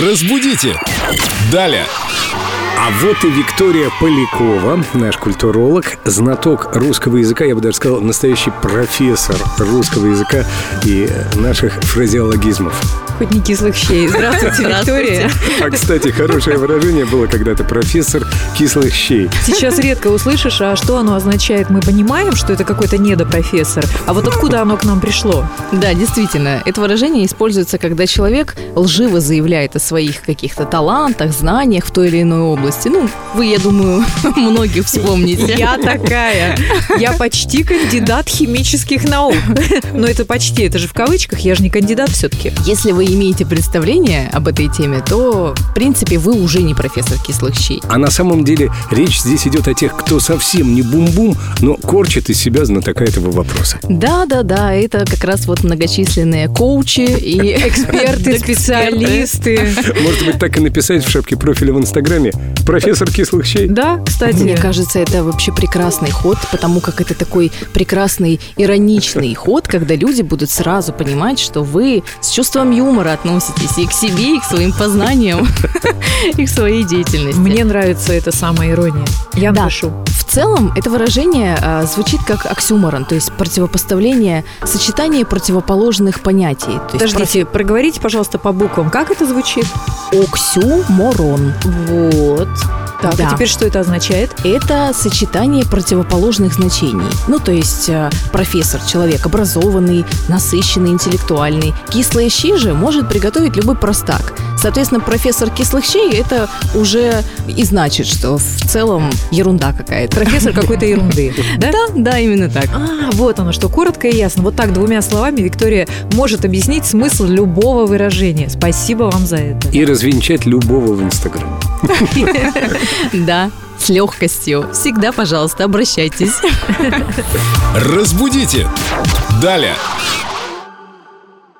Разбудите! Далее! А вот и Виктория Полякова, наш культуролог, знаток русского языка, я бы даже сказал, настоящий профессор русского языка и э, наших фразеологизмов. Хоть не кислых щей. Здравствуйте, Виктория. А, кстати, хорошее выражение было когда-то «профессор кислых щей». Сейчас редко услышишь, а что оно означает. Мы понимаем, что это какой-то недопрофессор. А вот откуда оно к нам пришло? Да, действительно, это выражение используется, когда человек лживо заявляет о своих каких-то талантах, знаниях в той или иной области. Ну, вы, я думаю, многих вспомните. Я такая. Я почти кандидат химических наук. Но это почти, это же в кавычках, я же не кандидат все-таки. Если вы имеете представление об этой теме, то, в принципе, вы уже не профессор кислых щей. А на самом деле речь здесь идет о тех, кто совсем не бум-бум, но корчит из себя знатока этого вопроса. Да, да, да, это как раз вот многочисленные коучи и Эксперты, эксперты, специалисты. Может быть, так и написать в шапке профиля в Инстаграме «Профессор кислых щей». Да, кстати. Мне кажется, это вообще прекрасный ход, потому как это такой прекрасный ироничный ход, когда люди будут сразу понимать, что вы с чувством юмора относитесь и к себе, и к своим познаниям, и к своей деятельности. Мне нравится эта самая ирония. Я Да. напишу. в целом это выражение а, звучит как оксюморон, то есть противопоставление, сочетание противоположных понятий. То есть Подождите, проговорите, пожалуйста, по буквам. Как это звучит? про- оксюморон. Вот. Так, а Да. теперь что это означает? Это сочетание противоположных значений. Ну, то есть э, профессор, человек образованный, насыщенный, интеллектуальный. Кислые щи же может приготовить любой простак. Соответственно, профессор кислых щей это уже и значит, что в целом ерунда какая-то. Профессор какой-то ерунды. Да? Да, да, именно так. А, вот оно что, коротко и ясно. Вот так двумя словами Виктория может объяснить смысл любого выражения. Спасибо вам за это. И развенчать любого в Инстаграме. Да, с легкостью. Всегда, пожалуйста, обращайтесь. Разбудите! Далее!